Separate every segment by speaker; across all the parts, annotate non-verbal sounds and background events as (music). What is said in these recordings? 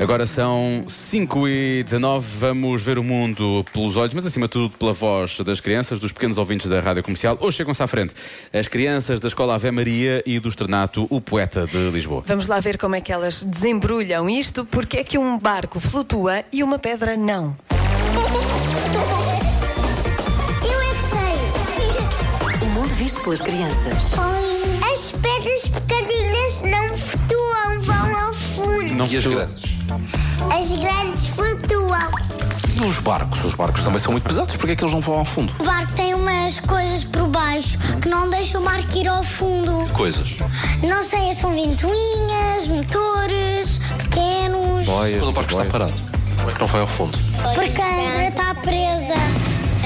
Speaker 1: Agora são 5 e 19 vamos ver o mundo pelos olhos, mas acima de tudo pela voz das crianças, dos pequenos ouvintes da rádio comercial. Hoje chegam-se à frente as crianças da Escola Ave Maria e do Externato O Poeta de Lisboa.
Speaker 2: Vamos lá ver como é que elas desembrulham isto, porque é que um barco flutua e uma pedra não.
Speaker 3: Eu é que
Speaker 4: O mundo visto pelas crianças.
Speaker 3: sei. As pedras pequeninas não flutuam, vão ao fundo.
Speaker 1: Não
Speaker 5: E as
Speaker 1: tu-
Speaker 5: grandes?
Speaker 3: As grandes flutuam.
Speaker 5: E os barcos? Os barcos também são muito pesados, porque é que eles não vão ao fundo?
Speaker 3: O barco tem umas coisas por baixo que não deixam o barco ir ao fundo.
Speaker 5: Coisas.
Speaker 3: Não sei, são ventoinhas, motores, pequenos.
Speaker 5: Quando o barco está parado, como é que não vai ao fundo?
Speaker 3: Porque a âncora está tá presa.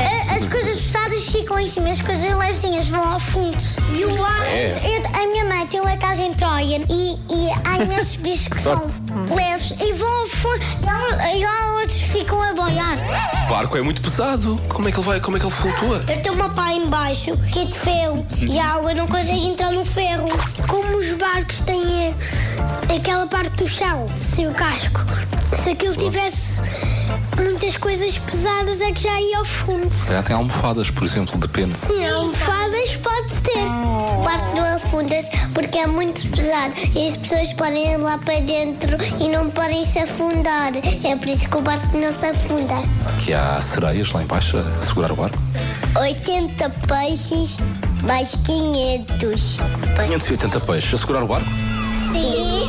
Speaker 3: A- As coisas pesadas ficam em cima, as coisas levezinhas vão ao fundo. E o ar. Eu- a minha mãe tem uma casa em Troia e, e há imensos bichos que são leves e vão ao fundo. E há, um, e há outros que ficam a boiar.
Speaker 5: O barco é muito pesado. Como é que ele vai? Como é que ele flutua?
Speaker 3: Eu tenho uma pá embaixo que é de ferro e a água não consegue entrar no ferro. Como os barcos têm eh, aquela parte do chão, sem o casco. Se aquilo tivesse muitas coisas pesadas é que já ia ao fundo.
Speaker 5: Se calhar tem almofadas, por exemplo, depende.
Speaker 3: Não, fadas pode ter. O barco não afunda-se porque é muito pesado e as pessoas podem ir lá para dentro e não podem se afundar. É por isso que o barco não se afunda.
Speaker 5: Aqui há sereias lá embaixo a segurar o barco.
Speaker 3: 80 peixes mais 500.
Speaker 5: 580 peixes a segurar o barco.
Speaker 3: Sim.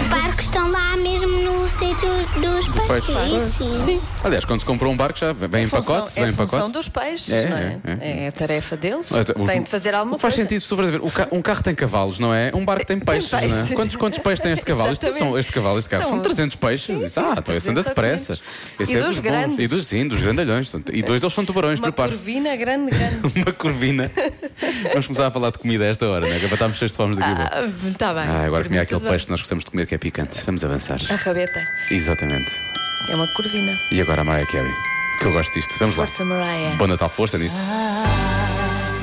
Speaker 3: Os barcos estão lá mesmo no sítio dos
Speaker 1: peixe.
Speaker 3: peixes. Sim.
Speaker 1: Aliás, quando se comprou um barco já vem em
Speaker 2: Função-
Speaker 1: pacote,
Speaker 2: é
Speaker 1: vem em
Speaker 2: função
Speaker 1: pacote.
Speaker 2: dos peixes,
Speaker 1: É,
Speaker 2: não é?
Speaker 1: é,
Speaker 2: É a tarefa deles.
Speaker 1: Mas, os-
Speaker 2: Tem de fazer alguma
Speaker 1: Faz
Speaker 2: coisa.
Speaker 1: sentido, se tu fores ver, o ca- um carro tem cavalos, não é? Um barco tem peixes, não
Speaker 2: peixes.
Speaker 1: é? Quantos, quantos peixes tem este cavalo? Isto
Speaker 2: Exatamente.
Speaker 1: são, este cavalo, este carro. São,
Speaker 2: São-
Speaker 1: 300 peixes.
Speaker 2: Sim,
Speaker 1: Isso,
Speaker 2: sim,
Speaker 1: ah, então esse anda
Speaker 2: 300
Speaker 1: depressa. Esse
Speaker 2: E
Speaker 1: é
Speaker 2: dos
Speaker 1: bons.
Speaker 2: grandes.
Speaker 1: E dos, sim, dos grandalhões. E dois deles são tubarões,
Speaker 2: Uma
Speaker 1: prepare-se.
Speaker 2: corvina grande,
Speaker 1: (laughs)
Speaker 2: grande.
Speaker 1: Uma corvina. Vamos começar a falar de comida a esta hora, não é? Que é para estarmos cheios de fome daqui a pouco.
Speaker 2: Ah, Está bem.
Speaker 1: Ah, agora comi
Speaker 2: Corvina,
Speaker 1: aquele
Speaker 2: tudo bem.
Speaker 1: peixe que nós gostamos de comer que é picante. Vamos avançar.
Speaker 2: A rabeta.
Speaker 1: Exatamente.
Speaker 2: É uma corvina.
Speaker 1: E agora a Mariah Carey, que eu gosto disto. Vamos lá.
Speaker 2: Força Mariah.
Speaker 1: Bom Natal, força nisso.
Speaker 4: I